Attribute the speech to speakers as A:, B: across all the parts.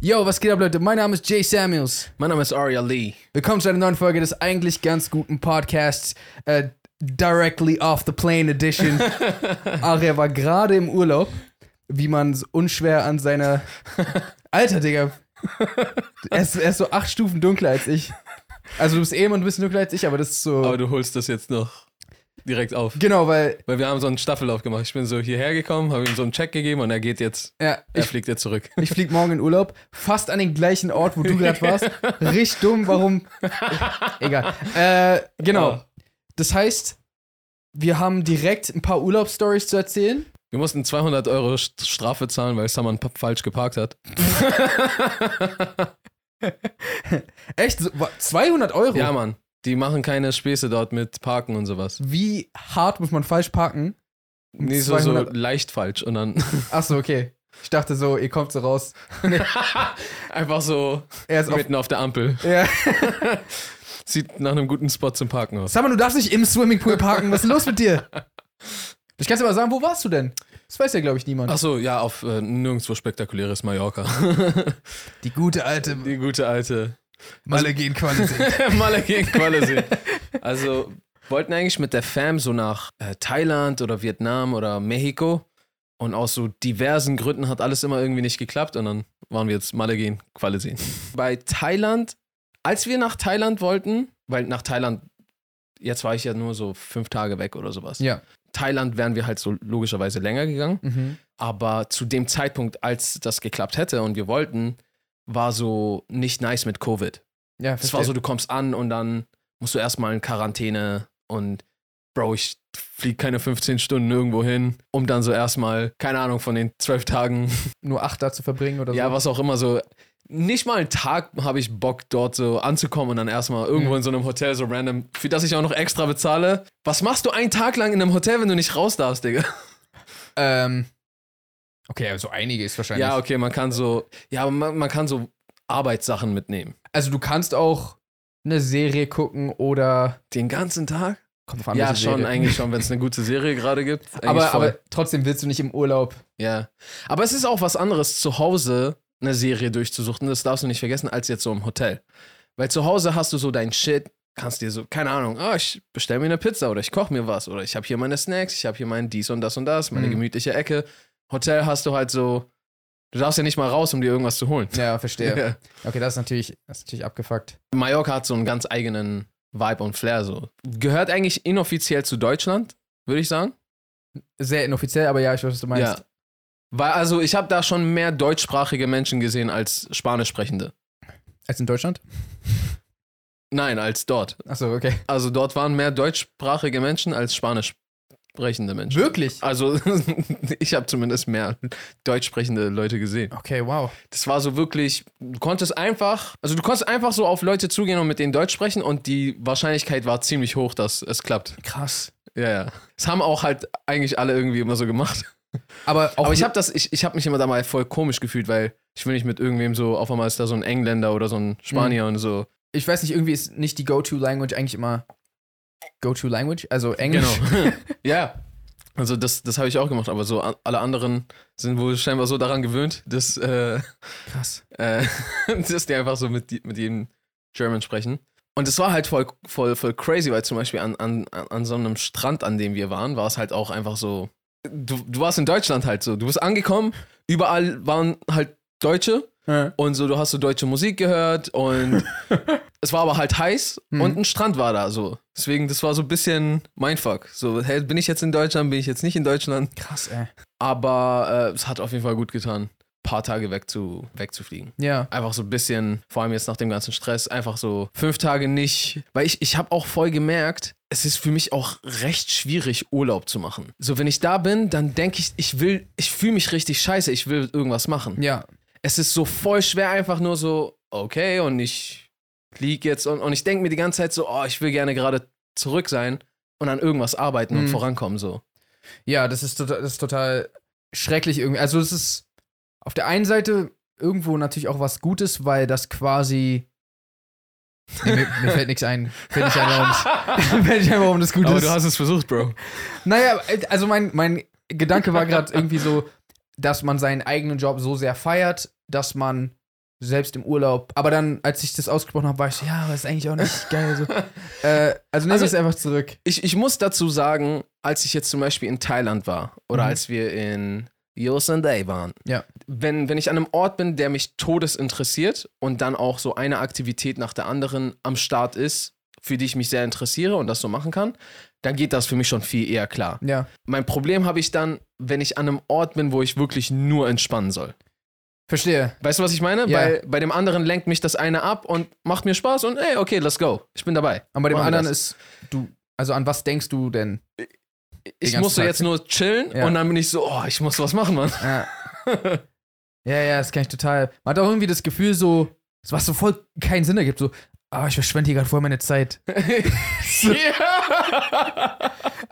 A: Yo, was geht ab, Leute? Mein Name ist Jay Samuels.
B: Mein Name ist Aria Lee.
A: Willkommen zu einer neuen Folge des eigentlich ganz guten Podcasts äh, Directly Off the Plane Edition. Aria war gerade im Urlaub, wie man s- unschwer an seiner. Alter, Digga. Er ist, er ist so acht Stufen dunkler als ich. Also, du bist eh immer ein bisschen dunkler als ich, aber das ist so.
B: Aber du holst das jetzt noch direkt auf.
A: genau, weil.
B: Weil wir haben so einen Staffellauf gemacht. Ich bin so hierher gekommen, habe ihm so einen Check gegeben und er geht jetzt,
A: Ja,
B: er
A: ich,
B: fliegt jetzt zurück.
A: ich flieg morgen in Urlaub, fast an den gleichen Ort, wo du gerade warst. Richtig dumm, warum? Egal. Äh, genau.
B: Aber
A: Das heißt, wir haben direkt ein paar Urlaubsstories zu erzählen.
B: Wir mussten 200 Euro St- Strafe zahlen, weil Saman pa- falsch geparkt hat.
A: Echt? So, wa- 200 Euro?
B: Ja, Mann. Die machen keine Späße dort mit Parken und sowas.
A: Wie hart muss man falsch parken? Um
B: Nee, so, so
A: 200
B: leicht falsch. Und dann
A: Achso, okay. Ich dachte so, ihr kommt so raus.
B: einfach so
A: Er ist auf.
B: mitten auf der Ampel.
A: Ja.
B: Sieht nach einem guten Spot zum Parken aus.
A: Summer, du darfst nicht im Swimmingpool parken. Was ist los mit dir? Ich kann dir mal sagen, wo warst du denn? Das weiß ja, glaube ich, niemand.
B: Ach so, ja, auf äh, nirgendwo spektakuläres Mallorca.
A: die gute alte
B: Die gute alte
A: Malle gehen Qualität.
B: Malle gegen Quality. Also wollten eigentlich mit der Fam so nach äh, Thailand oder Vietnam oder Mexiko. Und aus so diversen Gründen hat alles immer irgendwie nicht geklappt. Und dann waren wir jetzt Malle gehen, Qualle sehen. Bei Thailand, als wir nach Thailand wollten, weil nach Thailand, jetzt war ich ja nur so fünf Tage weg oder sowas.
A: ja.
B: Thailand wären wir halt so logischerweise länger gegangen.
A: Mhm.
B: Aber zu dem Zeitpunkt, als das geklappt hätte und wir wollten, war so nicht nice mit Covid.
A: Ja,
B: Es war so,
A: verstehe.
B: du kommst an und dann musst du erstmal in Quarantäne und Bro, ich flieg keine 15 Stunden irgendwo hin, um dann so erstmal, keine Ahnung, von den zwölf Tagen,
A: nur acht da zu verbringen oder
B: ja,
A: so.
B: was auch immer so. Nicht mal einen Tag habe ich Bock, dort so anzukommen und dann erstmal irgendwo
A: Mhm.
B: in so einem Hotel so random, für das ich auch noch extra bezahle. Was machst du einen Tag lang in einem Hotel, wenn du nicht raus darfst, Digga?
A: Ähm, okay, also einige ist wahrscheinlich.
B: Ja, okay, man kann so, ja, man, man kann so Arbeitssachen mitnehmen.
A: Also du kannst auch eine Serie gucken oder.
B: Den ganzen Tag?
A: Kommt drauf an,
B: ja,
A: welche
B: schon,
A: Serie.
B: eigentlich schon, wenn es eine gute Serie gerade gibt. Eigentlich
A: Aber,
B: voll.
A: aber trotzdem willst du nicht im Urlaub.
B: Ja. Aber es ist auch was anderes, zu Hause eine Serie durchzusuchten, das darfst du nicht vergessen, als jetzt so im Hotel. Weil zu Hause hast du so dein Shit, kannst dir so, keine Ahnung, ah, ich bestell mir eine Pizza oder ich koche mir was oder ich habe hier meine Snacks, ich habe hier mein dies und das und das, meine
A: Mhm.
B: gemütliche Ecke. Hotel hast du halt so, du darfst ja nicht mal raus, um dir irgendwas zu holen.
A: Ja, verstehe.
B: Ja.
A: Okay, das ist natürlich, das ist natürlich abgefuckt.
B: Mallorca hat so einen ganz eigenen Vibe und Flair so. Gehört eigentlich inoffiziell zu Deutschland, würde ich sagen.
A: Sehr inoffiziell, aber ja, ich weiß, was du meinst.
B: Ja. Weil, also ich habe da schon mehr deutschsprachige Menschen gesehen als Spanischsprechende.
A: Als in Deutschland?
B: Nein, als dort.
A: Achso, okay.
B: Also dort waren mehr deutschsprachige Menschen als spanisch sprechende Menschen.
A: Wirklich?
B: Also ich habe zumindest mehr deutsch sprechende Leute gesehen.
A: Okay, wow.
B: Das war so wirklich, du konntest einfach, also du konntest einfach so auf Leute zugehen und mit denen Deutsch sprechen und die Wahrscheinlichkeit war ziemlich hoch, dass es klappt.
A: Krass.
B: Ja, ja. Das haben auch halt eigentlich alle irgendwie immer so gemacht.
A: Aber, auch
B: Aber ich habe das, ich, ich habe mich immer dabei voll komisch gefühlt, weil ich will nicht mit irgendwem so, auf einmal ist da so ein Engländer oder so ein Spanier und so.
A: ich weiß nicht, irgendwie ist nicht die Go-To-Language eigentlich immer Go-To-Language, also Englisch.
B: Genau. ja. Also das, das habe ich auch gemacht, aber so a- alle anderen sind wohl scheinbar so daran gewöhnt, dass, äh,
A: Krass.
B: äh, dass die einfach so mit, die- mit jedem German sprechen. Und es war halt voll, voll, voll crazy, weil zum Beispiel an, an, an so einem Strand, an dem wir waren, war es halt auch einfach so. Du, du warst in Deutschland halt so. Du bist angekommen, überall waren halt Deutsche
A: Ja.
B: und so, du hast so deutsche Musik gehört und es war aber halt heiß
A: Mhm.
B: und ein Strand war da so. Deswegen, das war so ein bisschen Mindfuck. So, hey, bin ich jetzt in Deutschland, bin ich jetzt nicht in Deutschland?
A: Krass, ey.
B: Aber äh, es hat auf jeden Fall gut getan, ein paar Tage weg zu, wegzufliegen.
A: Ja.
B: Einfach so ein bisschen, vor allem jetzt nach dem ganzen Stress, einfach so fünf Tage nicht. Weil ich, ich habe auch voll gemerkt, es ist für mich auch recht schwierig, Urlaub zu machen. So, wenn ich da bin, dann denke ich, ich will, ich fühle mich richtig scheiße, ich will irgendwas machen
A: Ja.
B: es ist so voll schwer, einfach nur so, okay, und ich lieg jetzt und, und ich denke mir die ganze Zeit so, oh, ich will gerne gerade zurück sein und an irgendwas arbeiten und
A: Mhm.
B: vorankommen, so.
A: Ja, das ist, total- das ist total schrecklich irgendwie. Also es ist auf der einen Seite irgendwo natürlich auch was Gutes, weil das quasi Nee, mir, mir fällt nichts ein. Fällt nicht ein, warum das, fällt nicht ein, warum das gut
B: Aber
A: ist.
B: du hast es versucht, Bro.
A: Naja, also mein, mein Gedanke war gerade irgendwie so, dass man seinen eigenen Job so sehr feiert, dass man selbst im Urlaub. Aber dann, als ich das ausgesprochen habe, war ich so, ja, aber ist eigentlich auch nicht geil. So. äh, also nehme
B: Also-
A: ich es einfach zurück.
B: Ich, ich muss dazu sagen, als ich jetzt zum Beispiel in Thailand war oder
A: Mhm.
B: als wir in Yosemite waren,
A: Ja.
B: wenn, wenn ich an einem Ort bin, der mich todes interessiert und dann auch so eine Aktivität nach der anderen am Start ist, für die ich mich sehr interessiere und das so machen kann, dann geht das für mich schon viel eher klar.
A: Ja,
B: Mein Problem habe ich dann, wenn ich an einem Ort bin, wo ich wirklich nur entspannen soll.
A: verstehe.
B: Weißt du, was ich meine?
A: Ja.
B: Weil bei dem anderen lenkt mich das eine ab und macht mir Spaß und ey, okay, let's go. Ich bin dabei.
A: Aber bei dem
B: Machen wir
A: anderen
B: das.
A: ist, du, also an was denkst du denn?
B: ich
A: ganzen
B: musste
A: Tag.
B: jetzt nur chillen
A: Ja.
B: und dann bin ich so, oh, ich muss was machen, Mann.
A: Ja. ja, ja, das kann ich total. Man hat auch irgendwie das Gefühl, so, was so voll keinen Sinn ergibt, so, ah, ich verschwende hier gerade voll meine Zeit.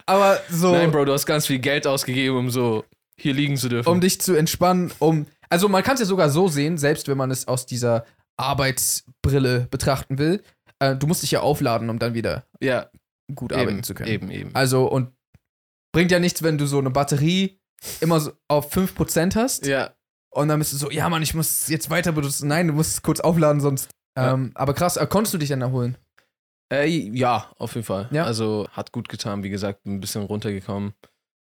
A: Aber so.
B: Nein, Bro, du hast ganz viel Geld ausgegeben, um so hier liegen zu dürfen.
A: um dich zu entspannen, um. Also man kann es ja sogar so sehen, selbst wenn man es aus dieser Arbeitsbrille betrachten will. Äh, du musst dich ja aufladen, um dann wieder
B: ja,
A: gut arbeiten
B: eben,
A: zu können.
B: eben, eben.
A: Also und bringt ja nichts, wenn du so eine Batterie immer so auf 5% hast
B: Ja,
A: und dann bist du so, ja Mann, ich muss es jetzt weiter benutzen. Nein, du musst es kurz aufladen, sonst. Ähm, aber krass, äh, konntest du dich dann erholen?
B: äh, ja, auf jeden Fall.
A: Ja.
B: Also hat gut getan, wie gesagt, ein bisschen runtergekommen.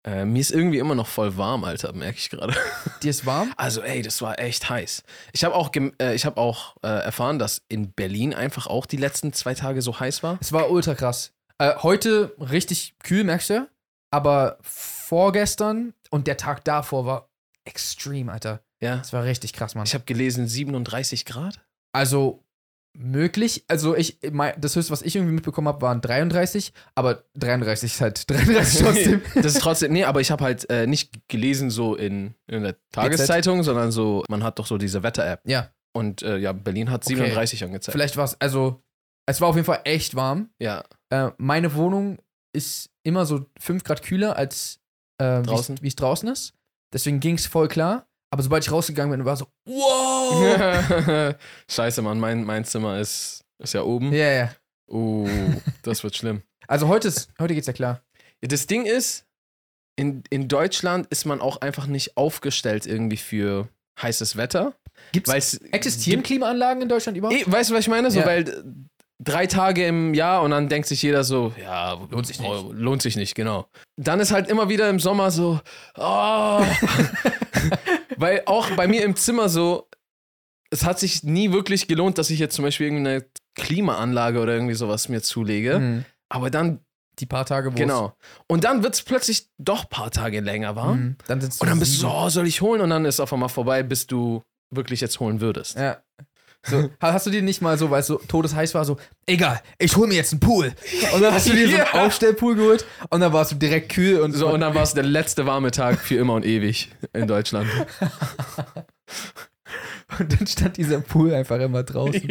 B: Äh, mir ist irgendwie immer noch voll warm, Alter, merke ich gerade.
A: Dir ist warm?
B: Also, ey, das war echt heiß. Ich habe auch, gem- äh, ich hab auch äh, erfahren, dass in Berlin einfach auch die letzten zwei Tage so heiß war.
A: Es war ultra krass. Äh, heute richtig kühl, merkst du? Aber vorgestern und der Tag davor war extrem, Alter.
B: Ja.
A: Das war richtig krass, Mann.
B: Ich habe gelesen 37 Grad.
A: Also möglich, also ich, mein, das höchste, was ich irgendwie mitbekommen habe, waren 33, aber 33 ist halt 33 trotzdem.
B: das ist trotzdem, nee, aber ich habe halt äh, nicht gelesen so in, in der Tageszeitung, sondern so, man hat doch so diese Wetter-App.
A: ja,
B: Und äh, ja, Berlin hat
A: Okay.
B: 37 angezeigt.
A: vielleicht war es, also es war auf jeden Fall echt warm.
B: Ja,
A: Äh, meine Wohnung ist immer so 5 Grad kühler als äh,
B: Draußen.
A: wie es draußen ist. Deswegen ging es voll klar. Aber sobald ich rausgegangen bin, war so, wow!
B: Scheiße, Mann, mein, mein Zimmer ist, ist ja
A: Ja,
B: oben.
A: Oh. ja.
B: Oh, das wird schlimm.
A: Also heute, ist, heute geht's ja klar.
B: Ja, Das Ding ist, in, in Deutschland ist man auch einfach nicht aufgestellt irgendwie für heißes Wetter.
A: Gibt's,
B: Weil es
A: existieren Klimaanlagen in Deutschland überhaupt?
B: Eh, weißt du, was ich meine? So,
A: Ja.
B: weil äh, drei Tage im Jahr und dann denkt sich jeder so, ja, lohnt
A: sich nicht.
B: lohnt sich nicht, genau. Dann ist halt immer wieder im Sommer so, oh. weil auch bei mir im Zimmer so, es hat sich nie wirklich gelohnt, dass ich jetzt zum Beispiel irgendeine Klimaanlage oder irgendwie sowas mir zulege.
A: Mhm.
B: Aber dann,
A: Die paar Tage, wo
B: genau. Und dann wird es plötzlich doch ein paar Tage länger
A: es-
B: warm.
A: Mhm. Dann sitzt
B: Und dann bist du
A: sieben.
B: so, oh, soll ich holen? Und dann ist auf einmal vorbei, bis du wirklich jetzt holen würdest.
A: Ja. So, ha- hast du dir nicht mal so, weil es so todesheiß war, so, egal, ich hol mir jetzt einen Pool. Und dann hast du dir so
B: Ja.
A: einen Aufstellpool geholt und dann warst du direkt kühl und
B: So, und dann war es der letzte warme Tag für immer und ewig in Deutschland.
A: und dann stand dieser Pool einfach immer draußen.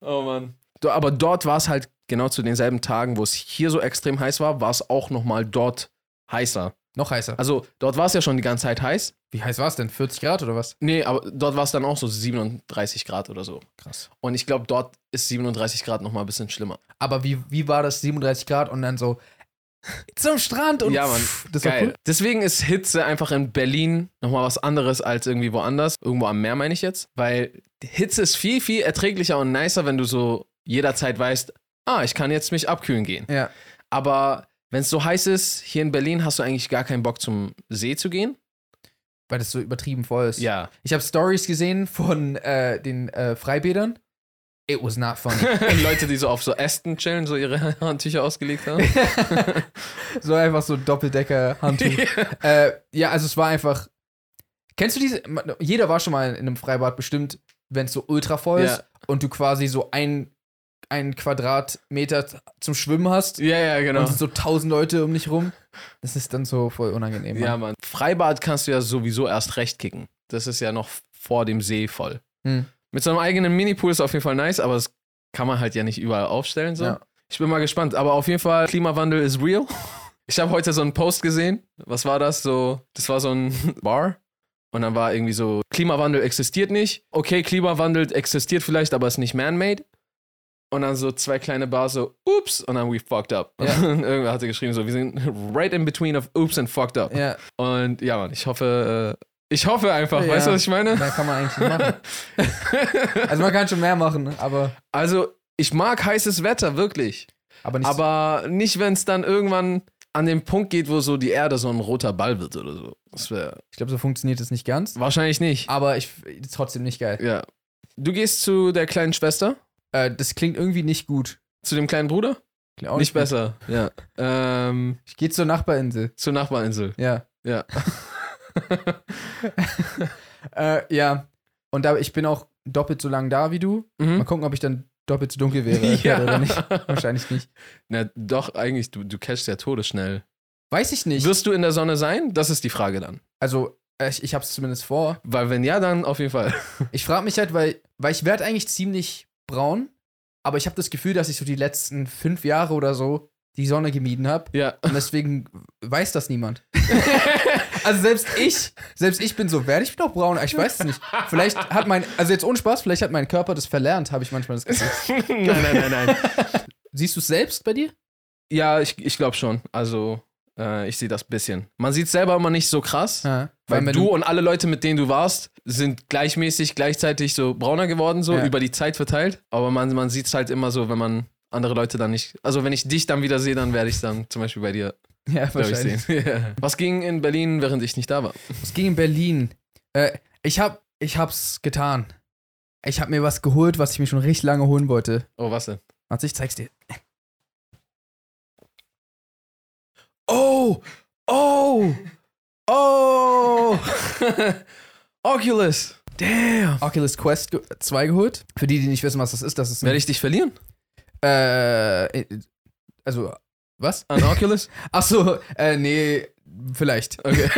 B: Oh Mann. Aber dort war es halt genau zu denselben Tagen, wo es hier so extrem heiß war, war es auch nochmal dort heißer.
A: Noch heißer.
B: Also dort war es ja schon die ganze Zeit heiß.
A: Wie heiß war es denn? 40 Grad oder was?
B: Nee, aber dort war es dann auch so 37 Grad oder so.
A: Krass.
B: Und ich glaube, dort ist 37 Grad nochmal ein bisschen schlimmer.
A: Aber wie, wie war das 37 Grad und dann so zum Strand und
B: Ja, Mann.
A: pff, das war cool.
B: Deswegen ist Hitze einfach in Berlin nochmal was anderes als irgendwie woanders. Irgendwo am Meer meine ich jetzt. Weil Hitze ist viel, viel erträglicher und nicer, wenn du so jederzeit weißt, ah, ich kann jetzt mich abkühlen gehen.
A: Ja.
B: Aber wenn es so heiß ist, hier in Berlin hast du eigentlich gar keinen Bock zum See zu gehen.
A: Weil das so übertrieben voll ist.
B: Ja.
A: Ich habe Stories gesehen von äh, den äh, Freibädern. It was not funny.
B: Leute, die so auf so Ästen chillen, so ihre Handtücher ausgelegt haben.
A: so einfach so Doppeldecker-Handtuch. äh, ja, also es war einfach. Kennst du diese? man- Jeder war schon mal in einem Freibad bestimmt, wenn es so ultra voll ist
B: Ja.
A: und du quasi so ein, ein Quadratmeter z- zum Schwimmen hast
B: ja, ja,
A: und
B: genau.
A: es sind so tausend Leute um dich rum. Das ist dann so voll unangenehm.
B: Ja,
A: eh, Mann.
B: Mann. Freibad kannst du ja sowieso erst recht kicken. Das ist ja noch vor dem See voll.
A: Hm.
B: Mit so einem eigenen Minipool ist auf jeden Fall nice, aber das kann man halt ja nicht überall aufstellen. So.
A: Ja.
B: Ich bin mal gespannt. Aber auf jeden Fall, Klimawandel ist real. Ich habe heute so einen Post gesehen. Was war das? So, das war so ein Bar. Und dann war irgendwie so, Klimawandel existiert nicht. Okay, Klimawandel existiert vielleicht, aber ist nicht man-made. Und dann so zwei kleine Bars so, ups, und dann we fucked up.
A: Ja.
B: Und irgendwer hatte geschrieben so, wir sind right in between of ups and fucked up.
A: Ja,
B: Und ja, Mann, ich hoffe, äh, ich hoffe einfach,
A: Ja.
B: weißt du, was ich meine?
A: da kann man eigentlich nicht machen. Also man kann schon mehr machen, aber,
B: Also, ich mag heißes Wetter, wirklich.
A: aber nicht
B: Aber nicht, wenn es dann irgendwann an den Punkt geht, wo so die Erde so ein roter Ball wird oder so. Das wäre
A: Ich glaube, so funktioniert es nicht ganz.
B: wahrscheinlich nicht.
A: Aber ich ist trotzdem nicht geil.
B: Ja. Du gehst zu der kleinen Schwester,
A: Äh, das klingt irgendwie nicht gut.
B: zu dem kleinen Bruder?
A: Klingt auch
B: nicht
A: gut.
B: besser. Ja. ähm,
A: Ich gehe zur Nachbarinsel.
B: zur Nachbarinsel.
A: Ja.
B: Ja.
A: Äh, ja. Und da, ich bin auch doppelt so lang da wie du. Mal
B: Mhm.
A: gucken, ob ich dann doppelt so dunkel wäre
B: Ja.
A: oder nicht. Wahrscheinlich nicht.
B: Na, doch, eigentlich, du, du catchst ja todesschnell.
A: Weiß ich nicht.
B: Wirst du in der Sonne sein? Das ist die Frage dann.
A: Also, äh, ich, ich habe es zumindest vor.
B: Weil wenn ja, dann auf jeden Fall.
A: Ich frage mich halt, weil, weil ich werde eigentlich ziemlich braun, aber ich habe das Gefühl, dass ich so die letzten fünf Jahre oder so die Sonne gemieden habe.
B: Ja.
A: Und deswegen weiß das niemand. also selbst ich, selbst ich bin so, werde ich noch braun? Ich weiß es nicht. Vielleicht hat mein, also jetzt ohne Spaß, vielleicht hat mein Körper das verlernt, habe ich manchmal das Gefühl.
B: nein, nein, nein, nein.
A: Siehst du es selbst bei dir?
B: Ja, ich, ich glaube schon. Also, äh, ich sehe das bisschen. Man sieht es selber immer nicht so krass.
A: Ja.
B: Weil du und alle Leute, mit denen du warst, sind gleichmäßig, gleichzeitig so brauner geworden, so
A: Ja.
B: über die Zeit verteilt. Aber man, man sieht es halt immer so, wenn man andere Leute dann nicht. Also, wenn ich dich dann wieder sehe, dann werde ich dann zum Beispiel bei dir,
A: ja,
B: glaube ich,
A: wahrscheinlich.
B: sehen. Ja. Was ging in Berlin, während ich nicht da war?
A: Es ging in Berlin. Äh, ich hab, ich hab's getan. Ich hab mir was geholt, was ich mir schon richtig lange holen wollte.
B: Oh, was denn?
A: Warte, ich zeig's dir.
B: Oh! Oh! Oh! Oculus! Damn!
A: Oculus Quest ge- 2 geholt. Für die, die nicht wissen, was das ist, das ist
B: Werde
A: ein,
B: ich dich verlieren?
A: äh, äh, also was?
B: An Oculus?
A: Ach so, äh, nee, vielleicht.
B: Okay.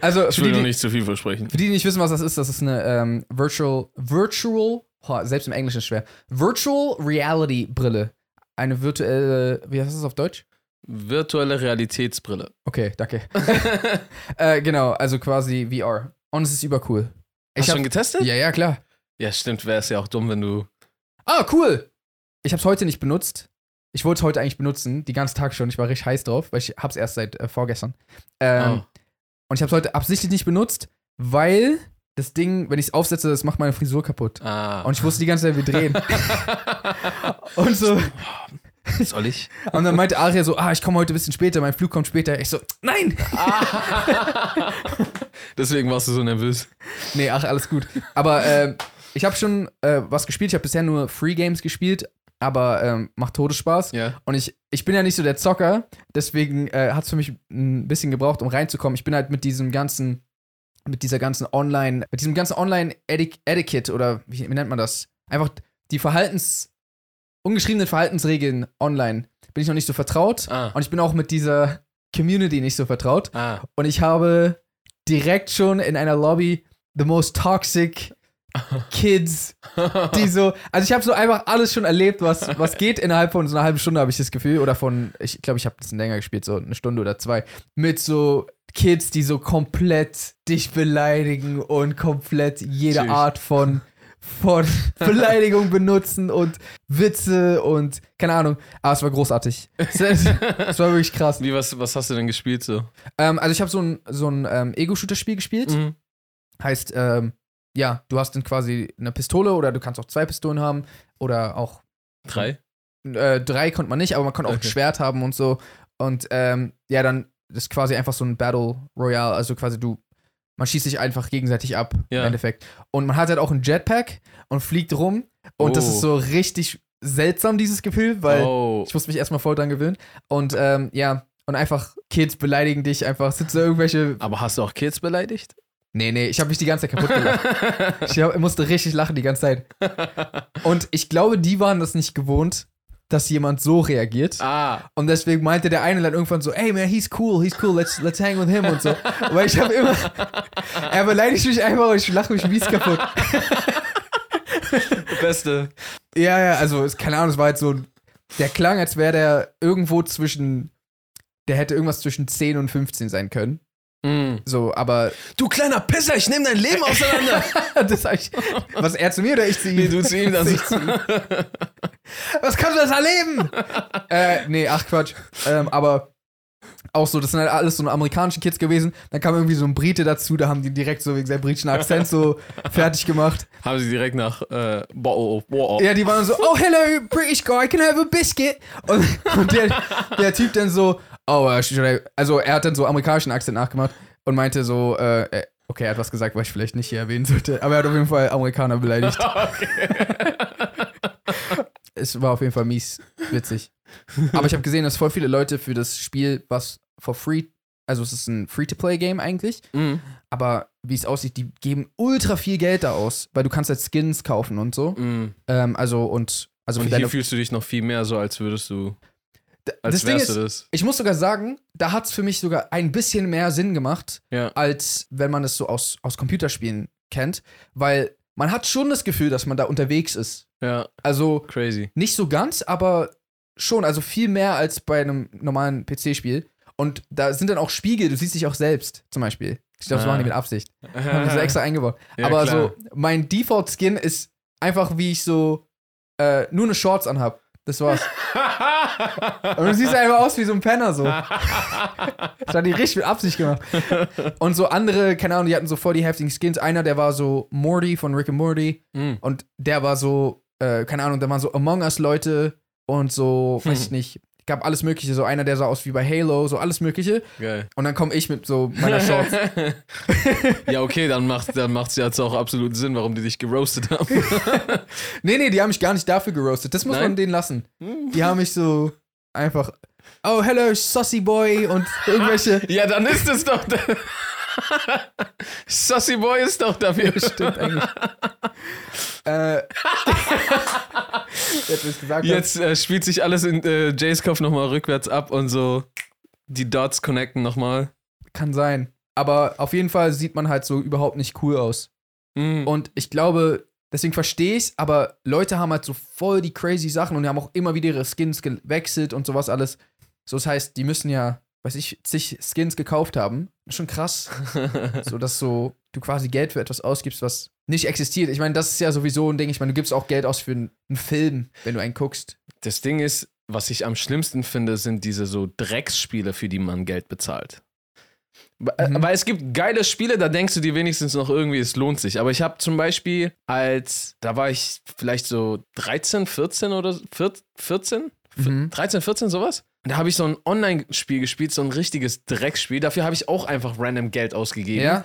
A: Also
B: Ich
A: für die,
B: will noch
A: die,
B: nicht zu viel versprechen.
A: für die, die nicht wissen, was das ist, das ist eine ähm, Virtual Virtual oh, selbst im Englischen ist schwer. Virtual Reality Brille. Eine virtuelle, wie heißt das auf Deutsch?
B: Virtuelle Realitätsbrille.
A: Okay, danke. äh, genau, also quasi VR. Und es ist übercool.
B: Hast
A: Ich
B: du
A: hab,
B: schon getestet?
A: ja, ja, klar.
B: Ja, stimmt. Wäre es ja auch dumm, wenn du.
A: Ah, cool. Ich hab's heute nicht benutzt. Ich wollte es heute eigentlich benutzen, den ganzen Tag schon. Ich war richtig heiß drauf, weil ich hab's erst seit äh, vorgestern. Ähm,
B: oh.
A: Und ich hab's heute absichtlich nicht benutzt, weil das Ding, wenn ich es aufsetze, das macht meine Frisur kaputt.
B: Ah.
A: Und ich wusste die ganze Zeit, wir drehen. und so.
B: Soll ich?
A: Und dann meinte Aria so, ah, ich komme heute ein bisschen später, mein Flug kommt später. Ich so, nein!
B: Deswegen warst du so nervös.
A: Nee, ach, alles gut. Aber ähm, ich habe schon äh, was gespielt. Ich habe bisher nur Free Games gespielt, aber ähm, macht Todesspaß.
B: Ja.
A: Und ich, ich bin ja nicht so der Zocker, deswegen äh, hat es für mich ein bisschen gebraucht, um reinzukommen. Ich bin halt mit diesem ganzen, mit dieser ganzen Online, mit diesem ganzen Online-Etiquette oder wie, wie nennt man das? Einfach die Verhaltens, ungeschriebenen Verhaltensregeln online bin ich noch nicht so vertraut.
B: Ah.
A: Und ich bin auch mit dieser Community nicht so vertraut.
B: Ah.
A: Und ich habe direkt schon in einer Lobby the most toxic kids, die so, also ich habe so einfach alles schon erlebt, was, was geht innerhalb von so einer halben Stunde, habe ich das Gefühl, oder von, ich glaube, ich habe ein bisschen länger gespielt, so eine Stunde oder zwei, mit so Kids, die so komplett dich beleidigen und komplett jede
B: Tschüss.
A: Art von, von Beleidigung benutzen und Witze und keine Ahnung, aber es war großartig. Es, es war wirklich krass.
B: Wie, was, was hast du denn gespielt so?
A: Ähm, also ich habe so ein, so ein ähm, Ego-Shooter-Spiel gespielt.
B: Mhm.
A: Heißt, ähm, ja, du hast dann quasi eine Pistole oder du kannst auch zwei Pistolen haben oder auch
B: Drei?
A: äh, drei konnte man nicht, aber man konnte auch
B: Okay.
A: ein Schwert haben und so. Und ähm, ja, dann ist quasi einfach so ein Battle Royale. Also quasi du, man schießt sich einfach gegenseitig ab
B: Ja.
A: im Endeffekt. Und man hat halt auch ein Jetpack und fliegt rum. Und das
B: Oh.
A: ist so richtig seltsam, dieses Gefühl, weil
B: oh.
A: ich muss mich erstmal voll dran gewöhnen. Und ähm, ja, und einfach Kids beleidigen dich einfach. Sitzen da irgendwelche.
B: Aber hast du auch Kids beleidigt?
A: Nee, nee, ich habe mich die ganze Zeit kaputt gelacht. ich hab, musste richtig lachen die ganze Zeit. Und ich glaube, die waren das nicht gewohnt, dass jemand so reagiert.
B: Ah.
A: Und deswegen meinte der eine dann irgendwann so, hey man, he's cool, he's cool, let's, let's hang with him und so. Weil ich habe immer, er beleidigt mich einfach und ich lache mich mies kaputt.
B: Beste.
A: Ja, ja, also es- keine Ahnung, es war halt so, der klang, als wäre der irgendwo zwischen, der hätte irgendwas zwischen 10 und 15 sein können.
B: Mhm.
A: So, aber
B: Du kleiner Pisser, ich nehme dein Leben auseinander.
A: das hab ich, was er zu mir oder ich zu ihm? also-
B: Nee, du zu ihm, das-
A: Ich zu ihm. Was kannst du das erleben? äh, nee, ach Quatsch. Ähm, aber auch so, das sind halt alles so amerikanische Kids gewesen. Dann kam irgendwie so ein Brite dazu, da haben die direkt so wegen seinem britischen Akzent so fertig gemacht.
B: Haben sie direkt nach äh, Boah, oh, Boah.
A: Ja, die waren so, oh hello, British guy, can I have a biscuit? Und, und der, der Typ dann so, oh, äh, should I- also er hat dann so amerikanischen Akzent nachgemacht und meinte so, äh, äh, okay, er hat was gesagt, was ich vielleicht nicht hier erwähnen sollte, aber er hat auf jeden Fall Amerikaner beleidigt. es war auf jeden Fall mies witzig. Aber ich habe gesehen, dass voll viele Leute für das Spiel, was for free, also es ist ein Free-to-Play-Game eigentlich,
B: Mhm.
A: aber wie es aussieht, die geben ultra viel Geld da aus, weil du kannst halt Skins kaufen und so.
B: Mhm.
A: Ähm, also und also
B: Und
A: für
B: hier
A: deine,
B: fühlst du dich noch viel mehr so, als würdest du, als
A: das Ding
B: wärst
A: ist,
B: du das.
A: ich muss sogar sagen, da hat es für mich sogar ein bisschen mehr Sinn gemacht,
B: Ja.
A: als wenn man es so aus, aus Computerspielen kennt, weil man hat schon das Gefühl, dass man da unterwegs ist.
B: Ja,
A: Also
B: crazy.
A: nicht so ganz, aber schon, also viel mehr als bei einem normalen PC-Spiel. Und da sind dann auch Spiegel, du siehst dich auch selbst, zum Beispiel. Ich glaube, das
B: Ah.
A: machen die mit Absicht. Haben das extra eingebaut.
B: Ja,
A: aber
B: klar.
A: so, mein Default-Skin ist einfach, wie ich so äh, nur eine Shorts anhab. Das war's. Und du siehst einfach aus wie so ein Penner so. Das hat die richtig mit Absicht gemacht. Und so andere, keine Ahnung, die hatten so voll die heftigen Skins. Einer, der war so Morty von Rick and Morty.
B: Mhm.
A: Und der war so, äh, keine Ahnung, da waren so Among Us-Leute und so,
B: Hm.
A: weiß ich nicht, gab alles Mögliche. So einer, der sah aus wie bei Halo, so alles Mögliche.
B: Geil.
A: Und dann komme ich mit so meiner Shorts.
B: ja, okay, dann macht dann macht's jetzt auch absolut Sinn, warum die dich geroastet haben.
A: Nee, nee, die haben mich gar nicht dafür geroastet. Das muss
B: Nein? Hm.
A: man denen lassen. Die haben mich so einfach, oh, hello, Sussy Boy und irgendwelche.
B: ja, dann ist es doch. Sassy Boy ist doch dafür.
A: Stimmt eigentlich. äh, jetzt, wo ich's gesagt hab.
B: Jetzt äh, spielt sich alles in äh, Jays Kopf nochmal rückwärts ab und so die Dots connecten nochmal.
A: Kann sein. Aber auf jeden Fall sieht man halt so überhaupt nicht cool aus.
B: Mhm.
A: Und ich glaube, deswegen verstehe ich's, aber Leute haben halt so voll die crazy Sachen und die haben auch immer wieder ihre Skins gewechselt und sowas alles. So, das heißt, die müssen ja, weiß ich, zig Skins gekauft haben. Ist schon krass. so, dass so du quasi Geld für etwas ausgibst, was nicht existiert. Ich meine, das ist ja sowieso ein Ding. Ich meine, du gibst auch Geld aus für einen einen Film, wenn du einen guckst.
B: Das Ding ist, was ich am schlimmsten finde, sind diese so Drecksspiele, für die man Geld bezahlt. Weil
A: Mhm.
B: weil es gibt geile Spiele, da denkst du dir wenigstens noch irgendwie, es lohnt sich. Aber ich habe zum Beispiel als, da war ich vielleicht so 13, 14 oder 14, 14
A: Mhm.
B: 13, 14 sowas. Und da habe ich so ein Online-Spiel gespielt, so ein richtiges Drecksspiel. Dafür habe ich auch einfach random Geld ausgegeben.
A: Ja?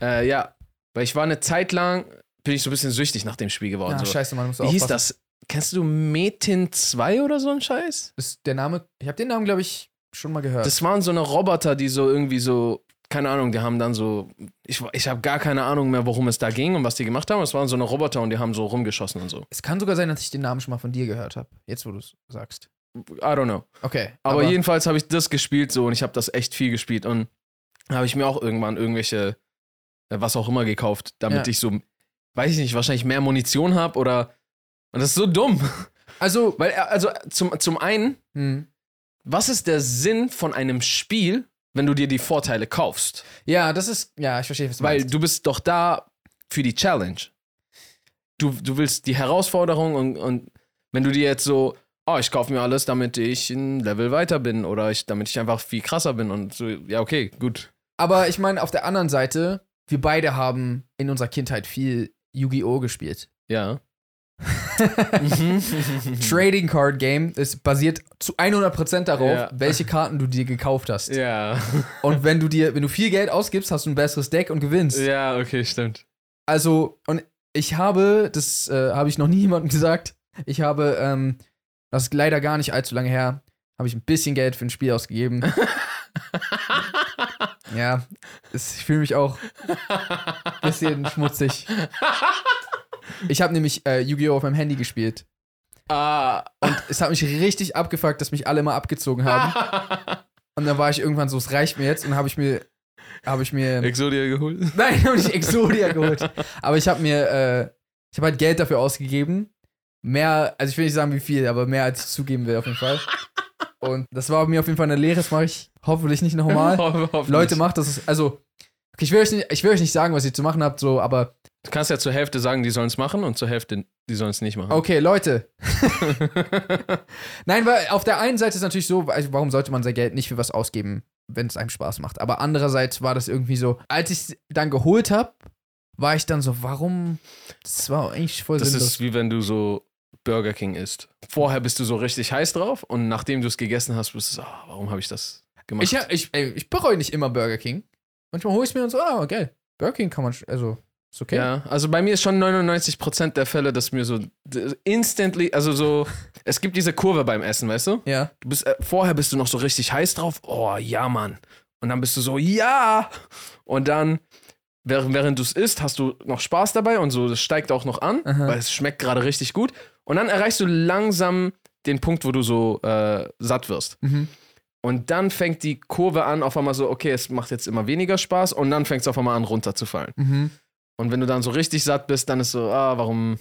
B: Äh, ja, weil ich war eine Zeit lang, bin ich so ein bisschen süchtig nach dem Spiel geworden.
A: Ah,
B: so.
A: scheiße, man muss
B: Wie hieß das? Kennst du Metin 2 oder so ein Scheiß?
A: Ist der Name, ich habe den Namen, glaube ich, schon mal gehört.
B: Das waren so eine Roboter, die so irgendwie so, keine Ahnung, die haben dann so, ich, ich habe gar keine Ahnung mehr, worum es da ging und was die gemacht haben. Es waren so eine Roboter und die haben so rumgeschossen und so.
A: es kann sogar sein, dass ich den Namen schon mal von dir gehört habe, jetzt wo du es sagst.
B: I don't know.
A: Okay.
B: Aber, jedenfalls habe ich das gespielt so und ich habe das echt viel gespielt und da habe ich mir auch irgendwann irgendwelche, äh, was auch immer gekauft, damit
A: Ja.
B: ich so, weiß ich nicht, wahrscheinlich mehr Munition habe oder. Und das ist so dumm.
A: also,
B: Weil, äh, also zum, zum einen,
A: hm.
B: was ist der Sinn von einem Spiel, wenn du dir die Vorteile kaufst?
A: ja, das ist, ja, ich verstehe, was du
B: Weil
A: meinst.
B: du bist doch da für die Challenge. Du, du willst die Herausforderung und, und wenn du dir jetzt so, oh, ich kaufe mir alles, damit ich ein Level weiter bin oder ich, damit ich einfach viel krasser bin und so, ja, okay, gut.
A: Aber ich meine, auf der anderen Seite, wir beide haben in unserer Kindheit viel Yu-Gi-Oh! gespielt.
B: Ja. Mhm.
A: Trading Card Game ist basiert zu 100% darauf,
B: Ja.
A: welche Karten du dir gekauft hast.
B: ja.
A: Und wenn du dir, wenn du viel Geld ausgibst, hast du ein besseres Deck und gewinnst.
B: Ja, okay, stimmt.
A: Also, und ich habe, das äh, habe ich noch nie jemandem gesagt, ich habe, ähm, das ist leider gar nicht allzu lange her, habe ich ein bisschen Geld für ein Spiel ausgegeben. ja, es, ich fühle mich auch ein bisschen schmutzig. Ich habe nämlich äh, Yu-Gi-Oh! auf meinem Handy gespielt.
B: Ah,
A: Es hat mich richtig abgefuckt, dass mich alle immer abgezogen haben. Und dann war ich irgendwann so, es reicht mir jetzt und habe ich mir, habe ich mir.
B: Exodia geholt.
A: Nein, ich habe nicht Exodia geholt. Aber ich habe mir, äh, ich habe halt Geld dafür ausgegeben. Mehr, also ich will nicht sagen, wie viel, aber mehr als ich zugeben will auf jeden Fall. Und das war mir auf jeden Fall eine Lehre, das mache ich hoffentlich nicht nochmal.
B: Ho- hoffentlich.
A: Leute, macht das. Also, okay, ich will, euch nicht, ich will euch nicht sagen, was ihr zu machen habt, so, aber
B: Du kannst ja zur Hälfte sagen, die sollen es machen und zur Hälfte, die sollen es nicht machen.
A: Okay, Leute. Nein, weil auf der einen Seite ist natürlich so, also warum sollte man sein Geld nicht für was ausgeben, wenn es einem Spaß macht? Aber andererseits war das irgendwie so, als ich es dann geholt habe, war ich dann so, warum? Das war eigentlich voll
B: Das
A: sinnlos.
B: ist wie wenn du so Burger King isst. Vorher bist du so richtig heiß drauf und nachdem du es gegessen hast, bist du so, ah, warum habe ich das gemacht?
A: Ich, hab- ich, ey, ich bereue nicht immer Burger King. Manchmal hole ich mir und so, ah, geil. Burger King kann man, sch- also, ist okay.
B: Ja, also bei mir ist schon 99% der Fälle, dass mir so d- instantly, also so, es gibt diese Kurve beim Essen, weißt du?
A: Ja.
B: du bist, äh, vorher bist du noch so richtig heiß drauf, oh ja, Mann. Und dann bist du so, ja! Und dann, während, während du es isst, hast du noch Spaß dabei und so, das steigt auch noch an,
A: Aha.
B: weil es schmeckt gerade richtig gut. Und dann erreichst du langsam den Punkt, wo du so äh, satt wirst.
A: Mhm.
B: Und dann fängt die Kurve an, auf einmal so, okay, es macht jetzt immer weniger Spaß und dann fängt es auf einmal an, runterzufallen.
A: Mhm.
B: Und wenn du dann so richtig satt bist, dann ist so, ah, warum,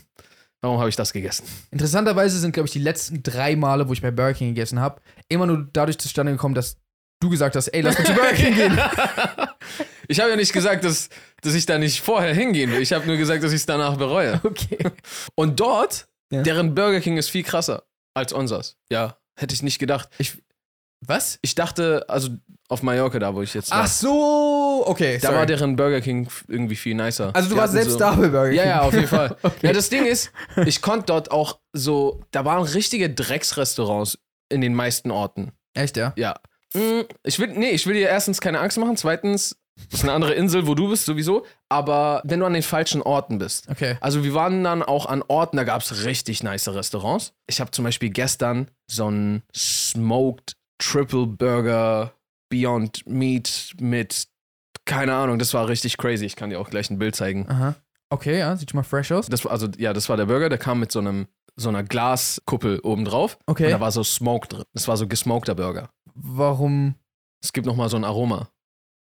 B: warum habe ich das gegessen?
A: Interessanterweise sind, glaube ich, die letzten drei Male, wo ich bei Burger King gegessen habe, immer nur dadurch zustande gekommen, dass du gesagt hast, ey, lass mal zu Burger King gehen.
B: Ich habe ja nicht gesagt, dass, dass ich da nicht vorher hingehen will. Ich habe nur gesagt, dass ich es danach bereue.
A: Okay.
B: Und dort,
A: Ja.
B: deren Burger King ist viel krasser als unsers. Ja, hätte ich nicht gedacht.
A: Was?
B: Ich dachte, also auf Mallorca da, wo ich jetzt war,
A: Ach so, okay.
B: da
A: sorry.
B: war deren Burger King f- irgendwie viel nicer.
A: also du
B: Die
A: warst
B: hatten
A: selbst
B: so,
A: da bei Burger King.
B: Ja, ja, auf jeden Fall.
A: Okay.
B: Ja, das Ding ist, ich konnte dort auch so, da waren richtige Drecksrestaurants in den meisten Orten.
A: Echt, ja?
B: Ja. Mm, Ich will, nee, ich will dir erstens keine Angst machen, zweitens ist eine andere Insel, wo du bist, sowieso, aber wenn du an den falschen Orten bist.
A: Okay.
B: Also wir waren dann auch an Orten, da gab es richtig nice Restaurants. Ich habe zum Beispiel gestern so einen Smoked Triple Burger Beyond Meat mit, keine Ahnung, das war richtig crazy. Ich kann dir auch gleich ein Bild zeigen.
A: Aha. Okay, ja, sieht schon mal fresh aus.
B: Das war, also, ja, das war der Burger, der kam mit so einem so einer Glaskuppel oben drauf.
A: Okay.
B: Und da war so Smoke drin. Das war so gesmokter Burger.
A: Warum?
B: Es gibt nochmal so ein Aroma.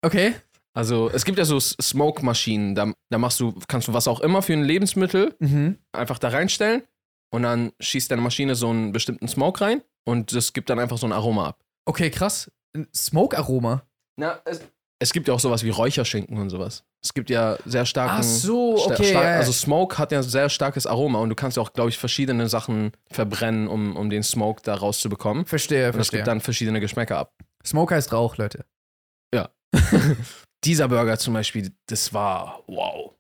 A: Okay.
B: Also es gibt ja so S- Smoke-Maschinen, da, da machst du, kannst du was auch immer für ein Lebensmittel
A: Mhm.
B: einfach da reinstellen und dann schießt deine Maschine so einen bestimmten Smoke rein und das gibt dann einfach so ein Aroma ab.
A: Okay, krass. Ein Smoke-Aroma.
B: Na, es, es gibt ja auch sowas wie Räucherschinken und sowas. Es gibt ja sehr starken.
A: Ach so,
B: sta-
A: okay.
B: stark-
A: ja, ja.
B: Also Smoke hat ja sehr starkes Aroma und du kannst ja auch, glaube ich, verschiedene Sachen verbrennen, um, um den Smoke da rauszubekommen.
A: verstehe,
B: Und es
A: verstehe.
B: gibt dann verschiedene Geschmäcker ab.
A: Smoke heißt Rauch, Leute.
B: dieser Burger zum Beispiel, das war wow.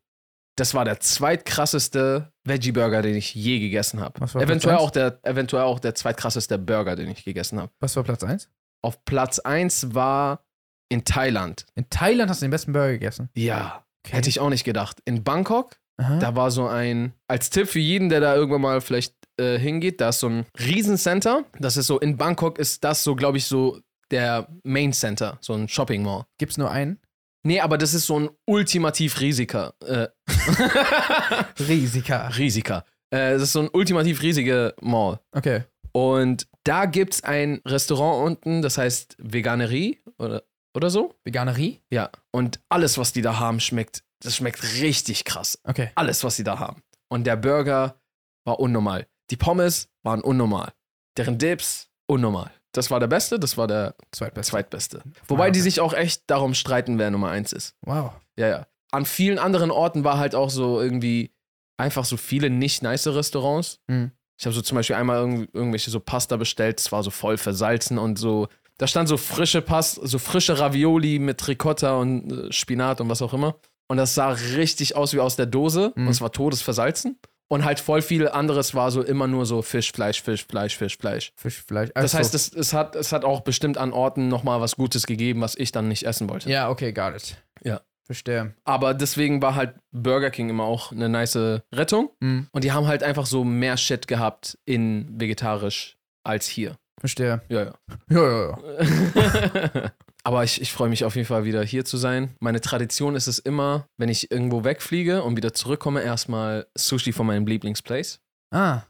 B: Das war der zweitkrasseste Veggie-Burger, den ich je gegessen habe.
A: Was war Platz
B: Eventuell
A: eins?
B: auch, der, eventuell auch der zweitkrasseste Burger, den ich gegessen habe.
A: Was war Platz 1?
B: Auf Platz 1 war in Thailand.
A: In Thailand hast du den besten Burger gegessen.
B: Ja,
A: Okay.
B: hätte ich auch nicht gedacht. In Bangkok,
A: Aha.
B: da war so ein, als Tipp für jeden, der da irgendwann mal vielleicht äh, hingeht, da ist so ein Riesencenter. Das ist so, in Bangkok ist das so, glaube ich, so der Main Center, so ein Shopping Mall.
A: Gibt's nur einen?
B: Nee, aber das ist so ein ultimativ Risiker. Äh,
A: Risika.
B: Risiker. Äh, das ist so ein ultimativ riesiger Mall.
A: Okay.
B: Und da gibt es ein Restaurant unten, das heißt Veganerie oder, oder so.
A: Veganerie?
B: Ja. Und alles, was die da haben, schmeckt, das schmeckt richtig krass.
A: Okay.
B: Alles, was sie da haben. Und der Burger war unnormal. Die Pommes waren unnormal. Deren Dips unnormal. Das war der beste, das war der
A: Zweitbeste.
B: zweitbeste. Wobei die sich auch echt darum streiten, wer Nummer eins ist.
A: Wow.
B: Ja, ja. An vielen anderen Orten war halt auch so irgendwie einfach so viele nicht nice Restaurants.
A: Mhm.
B: Ich habe so zum Beispiel einmal irgend- irgendwelche so Pasta bestellt, es war so voll versalzen und so. Da stand so frische Pasta, so frische Ravioli mit Ricotta und äh, Spinat und was auch immer. Und das sah richtig aus wie aus der Dose
A: Mhm.
B: und es war todesversalzen. Und halt voll viel anderes war so immer nur so Fisch, Fleisch, Fisch, Fleisch, Fisch, Fleisch.
A: Fischfleisch.
B: Das heißt, es, es, hat, es hat auch bestimmt an Orten nochmal was Gutes gegeben, was ich dann nicht essen wollte.
A: Ja, okay, got it.
B: Ja.
A: Verstehe.
B: Aber deswegen war halt Burger King immer auch eine nice Rettung.
A: Mhm.
B: Und die haben halt einfach so mehr Shit gehabt in vegetarisch als hier.
A: Verstehe.
B: Ja, ja.
A: Ja, ja, ja.
B: Aber ich, ich freue mich auf jeden Fall wieder hier zu sein. Meine Tradition ist es immer, wenn ich irgendwo wegfliege und wieder zurückkomme, erstmal Sushi von meinem Lieblingsplace.
A: Ah,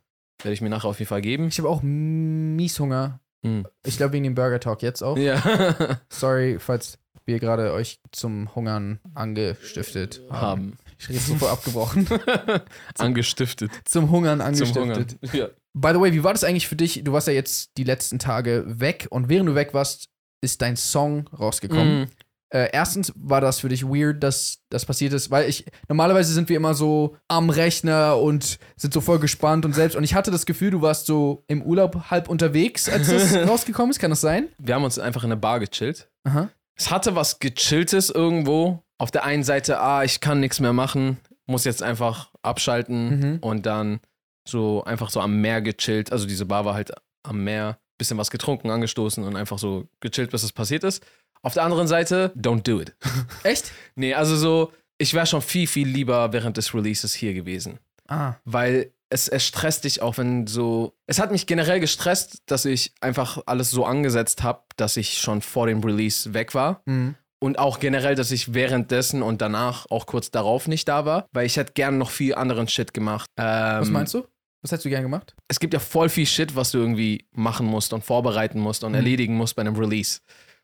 B: Werde ich mir nachher auf jeden Fall geben.
A: ich habe auch mies Hunger.
B: Hm.
A: Ich glaube wegen dem Burger Talk jetzt auch.
B: Ja,
A: Sorry, falls wir gerade euch zum Hungern angestiftet haben.
B: haben.
A: Ich rede super abgebrochen.
B: Angestiftet.
A: zum Hungern
B: Zum
A: angestiftet.
B: Hunger. Ja.
A: By the way, wie war das eigentlich für dich? Du warst ja jetzt die letzten Tage weg und während du weg warst, ist dein Song rausgekommen.
B: Mhm.
A: Äh, erstens war das für dich weird, dass das passiert ist, weil ich normalerweise sind wir immer so am Rechner und sind so voll gespannt und selbst und ich hatte das Gefühl, du warst so im Urlaub halb unterwegs, als das rausgekommen ist. Kann das sein?
B: Wir haben uns einfach in der Bar gechillt.
A: Aha.
B: Es hatte was Gechilltes irgendwo. Auf der einen Seite, ah, ich kann nichts mehr machen, muss jetzt einfach abschalten
A: Mhm.
B: und dann so einfach so am Meer gechillt. Also diese Bar war halt am Meer, bisschen was getrunken, angestoßen und einfach so gechillt, bis es passiert ist. Auf der anderen Seite, don't do it.
A: Echt?
B: Nee, also so, ich wäre schon viel, viel lieber während des Releases hier gewesen.
A: Ah.
B: Weil es, es stresst dich auch, wenn so. Es hat mich generell gestresst, dass ich einfach alles so angesetzt habe, dass ich schon vor dem Release weg war.
A: Mhm.
B: Und auch generell, dass ich währenddessen und danach auch kurz darauf nicht da war, weil ich hätte gern noch viel anderen Shit gemacht. Ähm,
A: Was meinst du? Was hättest du gern gemacht?
B: Es gibt ja voll viel Shit, was du irgendwie machen musst und vorbereiten musst und
A: Mhm.
B: erledigen musst bei einem Release.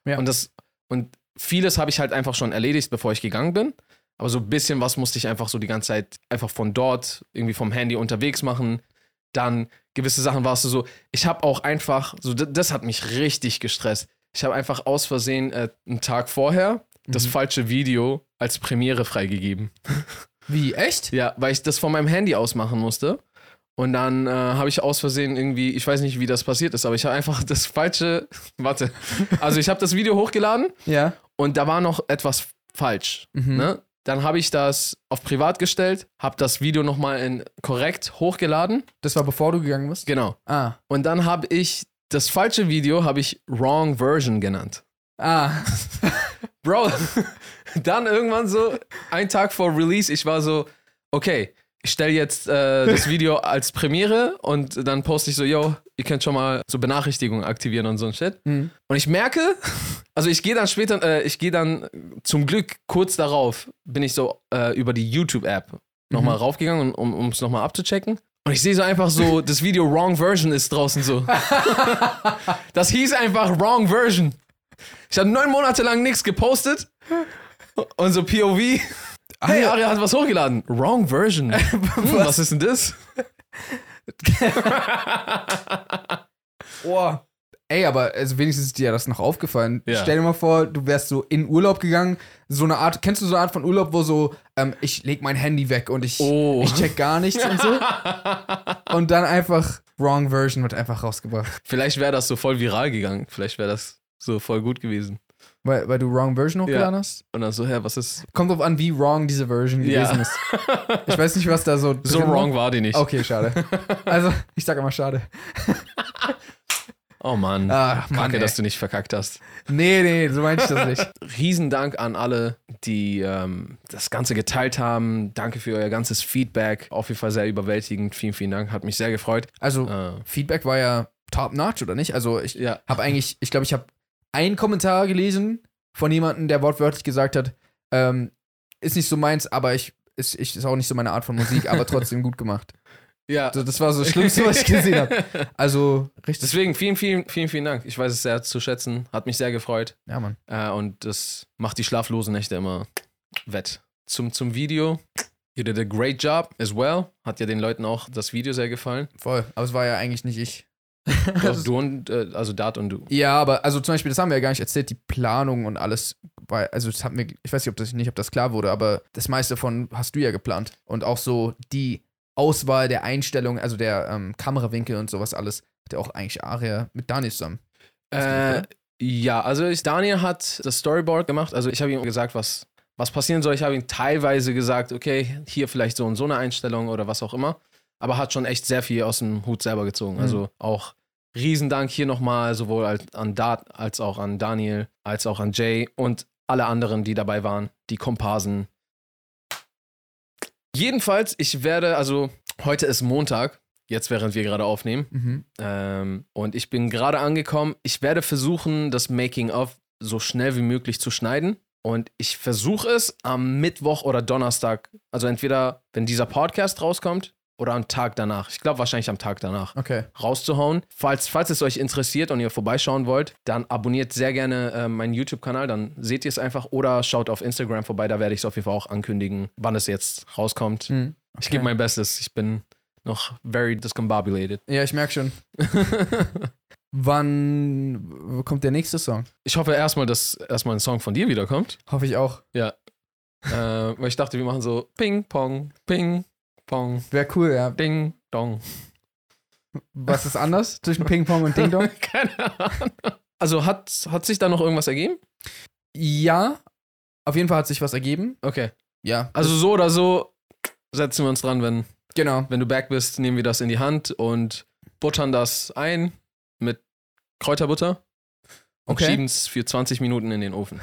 A: Ja.
B: Und das und vieles habe ich halt einfach schon erledigt, bevor ich gegangen bin. Aber so ein bisschen was musste ich einfach so die ganze Zeit einfach von dort irgendwie vom Handy unterwegs machen. Dann gewisse Sachen warst du so. Ich habe auch einfach so d- das hat mich richtig gestresst. Ich habe einfach aus Versehen äh, einen Tag vorher das
A: Mhm.
B: falsche Video als Premiere freigegeben.
A: Wie? Echt?
B: Ja, weil ich das von meinem Handy aus machen musste. Und dann äh, habe ich aus Versehen irgendwie, ich weiß nicht, wie das passiert ist, aber ich habe einfach das falsche. Warte. Also ich habe das Video hochgeladen
A: Ja.
B: und da war noch etwas falsch.
A: Mhm.
B: Ne? Dann habe ich das auf privat gestellt, habe das Video nochmal in korrekt hochgeladen.
A: Das war bevor du gegangen bist?
B: Genau.
A: Ah.
B: Und dann habe ich das falsche Video, habe ich Wrong Version genannt.
A: Ah.
B: Bro, dann irgendwann so, ein Tag vor Release, ich war so, okay, ich stelle jetzt äh, das Video als Premiere und dann poste ich so, yo, ihr könnt schon mal so Benachrichtigungen aktivieren und so ein Shit.
A: Mhm.
B: Und ich merke, also ich gehe dann später, äh, ich gehe dann zum Glück kurz darauf, bin ich so äh, über die YouTube-App nochmal raufgegangen, um- um es nochmal abzuchecken. Und ich sehe so einfach so, das Video Wrong Version ist draußen so. das hieß einfach Wrong Version. Ich habe neun Monate lang nichts gepostet. Und so POV. Hey, Aria hat was hochgeladen. Wrong Version. Hm, was ist denn das?
A: Oh. Ey, aber also wenigstens ist dir das noch aufgefallen.
B: Ja.
A: Stell dir mal vor, du wärst so in Urlaub gegangen. So eine Art, kennst du so eine Art von Urlaub, wo so, ähm, ich leg mein Handy weg und ich,
B: Oh.
A: ich check gar nichts und so. Und dann einfach Wrong Version wird einfach rausgebracht.
B: Vielleicht wäre das so voll viral gegangen. Vielleicht wäre das so voll gut gewesen.
A: Weil, weil du Wrong Version hochgeladen hast.
B: Und dann so, hä, was ist.
A: Kommt drauf an, wie wrong diese Version
B: Ja.
A: gewesen ist. Ich weiß nicht, was da so.
B: So
A: drin war.
B: wrong war die nicht.
A: Okay, schade. Also, ich sag immer schade.
B: Oh Mann.
A: Ah, Mann,
B: Kacke,
A: ey.
B: dass du nicht verkackt hast.
A: Nee, nee, so meinte ich das nicht.
B: Riesendank an alle, die ähm, das Ganze geteilt haben. Danke für euer ganzes Feedback. Auf jeden Fall sehr überwältigend. Vielen, vielen Dank. Hat mich sehr gefreut.
A: Also,
B: Äh,
A: Feedback war ja top notch, oder nicht? Also, ich
B: ja.
A: habe eigentlich, ich glaube, ich habe einen Kommentar gelesen von jemandem, der wortwörtlich gesagt hat, ähm, ist nicht so meins, aber ich ist, ich, ist auch nicht so meine Art von Musik, aber trotzdem gut gemacht.
B: Äh, Ja.
A: Also, das war so das Schlimmste, was ich gesehen habe. Also, richtig.
B: Deswegen vielen, vielen, vielen, vielen Dank. Ich weiß es sehr zu schätzen. Hat mich sehr gefreut.
A: Ja, Mann.
B: Äh, und das macht die schlaflosen Nächte immer wett. Zum, zum Video. You did a great job as well. Hat ja den Leuten auch das Video sehr gefallen.
A: Voll. Aber es war ja eigentlich nicht ich.
B: Doch, du und, äh, also Dart und du.
A: Ja, aber also zum Beispiel, das haben wir ja gar nicht erzählt, die Planung und alles, weil, also das hatten wir, ich weiß nicht, ob das nicht, ob das klar wurde, aber das meiste von hast du ja geplant. Und auch so die Auswahl der Einstellung, also der ähm, Kamerawinkel und sowas alles, hat ja auch eigentlich Aria mit Daniel zusammen.
B: Äh, ja, also ich, Daniel hat das Storyboard gemacht. Also ich habe ihm gesagt, was, was passieren soll. Ich habe ihm teilweise gesagt, okay, hier vielleicht so und so eine Einstellung oder was auch immer. Aber hat schon echt sehr viel aus dem Hut selber gezogen.
A: Mhm.
B: Also auch Riesendank hier nochmal, sowohl als, an Dart als auch an Daniel, als auch an Jay und alle anderen, die dabei waren, die Komparsen. Jedenfalls, ich werde, also heute ist Montag, jetzt während wir gerade aufnehmen.
A: Mhm.
B: Ähm, und ich bin gerade angekommen. Ich werde versuchen, das Making-of so schnell wie möglich zu schneiden. Und ich versuche es am Mittwoch oder Donnerstag. Also entweder, wenn dieser Podcast rauskommt oder am Tag danach. Ich glaube wahrscheinlich am Tag danach
A: Okay.
B: rauszuhauen. Falls, falls es euch interessiert und ihr vorbeischauen wollt, dann abonniert sehr gerne äh, meinen YouTube-Kanal, dann seht ihr es einfach. Oder schaut auf Instagram vorbei, da werde ich es auf jeden Fall auch ankündigen, wann es jetzt rauskommt.
A: Mhm.
B: Ich gebe mein Bestes. Ich bin noch very discombobulated.
A: Ja, ich merke schon. Wann kommt der nächste Song?
B: Ich hoffe erstmal, dass erstmal ein Song von dir wiederkommt.
A: Hoffe ich auch.
B: äh, weil ich dachte, wir machen so Ping, Pong, Ping, Pong,
A: Wäre cool, ja.
B: Ding, Dong.
A: Was ist anders zwischen Ping-Pong und Ding-Dong?
B: Keine Ahnung. Also hat, hat sich da noch irgendwas ergeben?
A: ja, auf jeden Fall hat sich was ergeben.
B: Okay.
A: Ja,
B: Also so oder so setzen wir uns dran, wenn,
A: genau.
B: wenn du back bist, nehmen wir das in die Hand und buttern das ein mit Kräuterbutter und
A: Okay.
B: schieben es für 20 Minuten in den Ofen.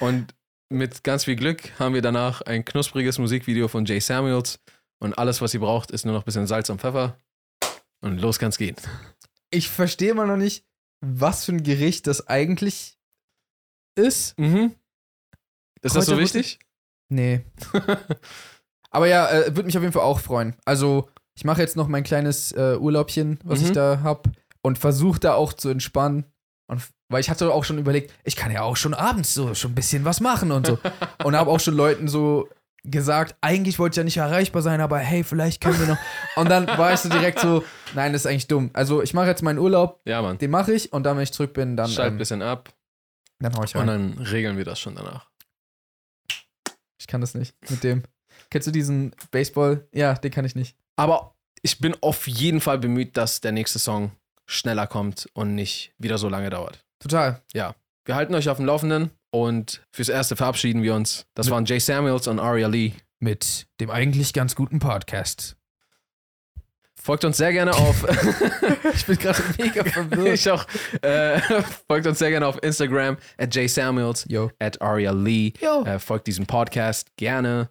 B: Und mit ganz viel Glück haben wir danach ein knuspriges Musikvideo von Jay Samuels und alles, was ihr braucht, ist nur noch ein bisschen Salz und Pfeffer und los kann's gehen.
A: ich verstehe immer noch nicht, was für ein Gericht das eigentlich ist.
B: Mhm. Ist das so
A: Kräuterbutter?
B: wichtig?
A: Nee. Aber ja, äh, würde mich auf jeden Fall auch freuen. Also, ich mache jetzt noch mein kleines äh, Urlaubchen, was
B: Mhm.
A: ich da habe und versuche da auch zu entspannen. Und, f- weil ich hatte auch schon überlegt, ich kann ja auch schon abends so schon ein bisschen was machen und so. und habe auch schon Leuten so gesagt, eigentlich wollte ich ja nicht erreichbar sein, aber hey, vielleicht können wir noch. Und dann war ich so direkt so, nein, das ist eigentlich dumm. Also, ich mache jetzt meinen Urlaub,
B: Ja, Mann.
A: den mache ich und dann, wenn ich zurück bin, dann,
B: Schalt ein
A: ähm,
B: bisschen ab
A: dann hau ich
B: und
A: rein.
B: dann regeln wir das schon danach.
A: Ich kann das nicht mit dem. Kennst du diesen Baseball? Ja, den kann ich nicht.
B: Aber ich bin auf jeden Fall bemüht, dass der nächste Song schneller kommt und nicht wieder so lange dauert.
A: Total.
B: Wir halten euch auf dem Laufenden und fürs Erste verabschieden wir uns. Das waren Jay Samuels und Aria Lee.
A: Mit dem eigentlich ganz guten Podcast.
B: Folgt uns sehr gerne auf.
A: Ich bin gerade mega verwirrt.
B: ich auch. Äh, folgt uns sehr gerne auf Instagram at Jay Samuels,
A: Yo.
B: at Aria Lee.
A: Yo.
B: Äh, folgt diesem Podcast gerne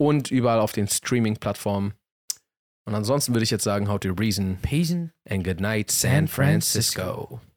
B: und überall auf den Streaming-Plattformen. Und ansonsten würde ich jetzt sagen, how to reason
A: Pesen.
B: and good night San
A: San Francisco.
B: Francisco.